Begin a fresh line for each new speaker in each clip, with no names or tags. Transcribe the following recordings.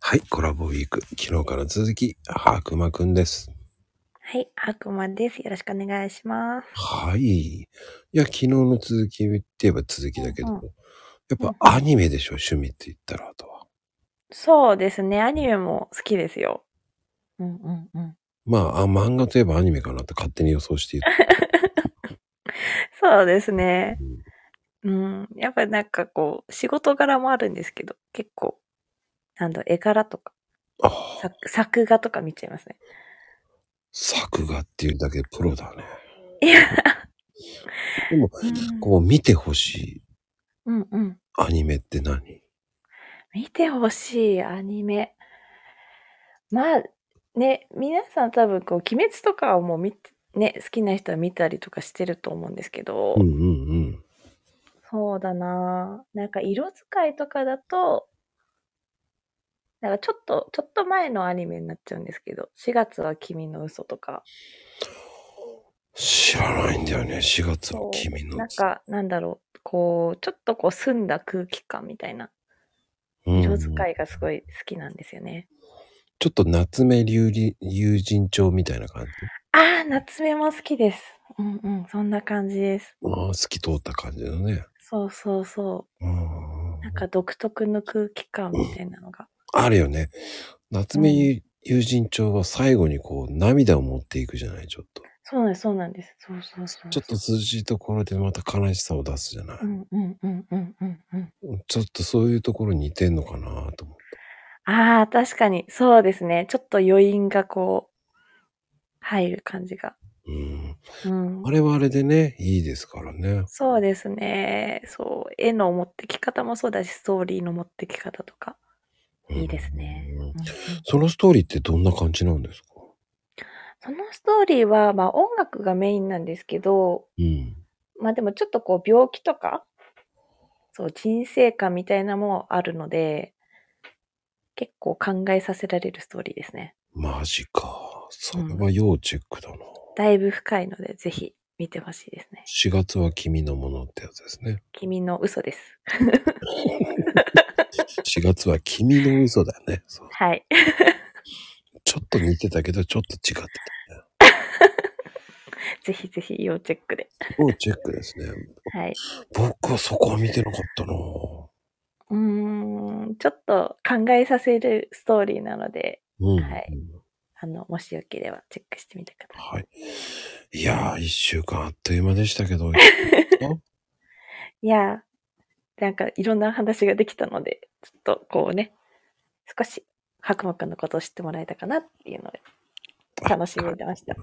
はい、コラボウィーク、昨日から続き、白馬くんです。
はい、白馬です。よろしくお願いします。
はい。いや、昨日の続きって言えば続きだけど、
うんうん
やっぱアニメでしょ、趣味って言ったらあとは。
そうですね、アニメも好きですよ。うんうんうん。
まあ、あ漫画といえばアニメかなって勝手に予想していた。
そうですね
う。ん
うん、やっぱりなんかこう、仕事柄もあるんですけど、結構、なんだろう、絵柄とか、
ああ、
作作画とか見ちゃいますね。
作画っていうだけでプロだね。
いや、
でも、こう見てほしい
うんうん。
アニメって何
見てほしいアニメ。まあ、ね、皆さん多分こう、鬼滅とかはもう見て、ね、好きな人は見たりとかしてると思うんですけど、
うんうんうん。
そうだなぁなんか色使いとかだと、なんかちょっと、ちょっと前のアニメになっちゃうんですけど、4月は君の嘘とか、
知らないんだよね、4月の
そう
君の。
なんか、なんだろう、こう、ちょっとこう澄んだ空気感みたいな
うん
色使いがすごい好きなんですよね。
ちょっと夏目竜り友人帳みたいな感じ。
ああ、夏目も好きです。うんうん、そんな感じです。
ああ、透き通った感じのね。
そうそうそ
うんうん
う。なんか独特の空気感みたいなのが。
あるよね。夏目ゆ友人帳は最後にこう涙を持っていくじゃない、ちょっと。
そうなんです、そうなんです。そうそうそう。
ちょっと涼しいところでまた悲しさを出すじゃない。
うんうんうんうんうんうん。
ちょっとそういうところに似てんのかなと思って。
ああ、確かに、そうですね。ちょっと余韻がこう、入る感じが。
うん。
うん
あ。れはあれでね、いいですからね。
そうですね。そう。絵の持ってき方もそうだし、ストーリーの持ってき方とか。いいですね。
うん
うんうん
そのストーリーってどんな感じなんですか
そのストーリーは、まあ音楽がメインなんですけど、
うん。
まあでもちょっとこう病気とか、そう、人生観みたいなのもあるので、結構考えさせられるストーリーですね。
マジか。それは要チェックだな。
だいぶ深いので、ぜひ見てほしいですね。
4月は君のものってやつですね。
君の嘘です。
4月は君の嘘だね。そう
はい。
ちょっと似てたけど、ちょっと違ってたね。
ぜひぜひ要チェックで。
要チェックですね。
はい。
僕はそこは見てなかったなぁ
うーん、ちょっと考えさせるストーリーなので、
うん。
はいあの、もしよければチェックしてみてください。
はい。いやー、一週間あっという間でした けど、
いやー、なんかいろんな話ができたので、ちょっとこうね、少し白馬くんのことを知ってもらえたかなっていうので、楽しみにしてました。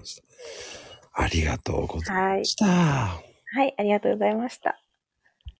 ありがとうござい
はい
ま。した。
はい、ありがとうございました。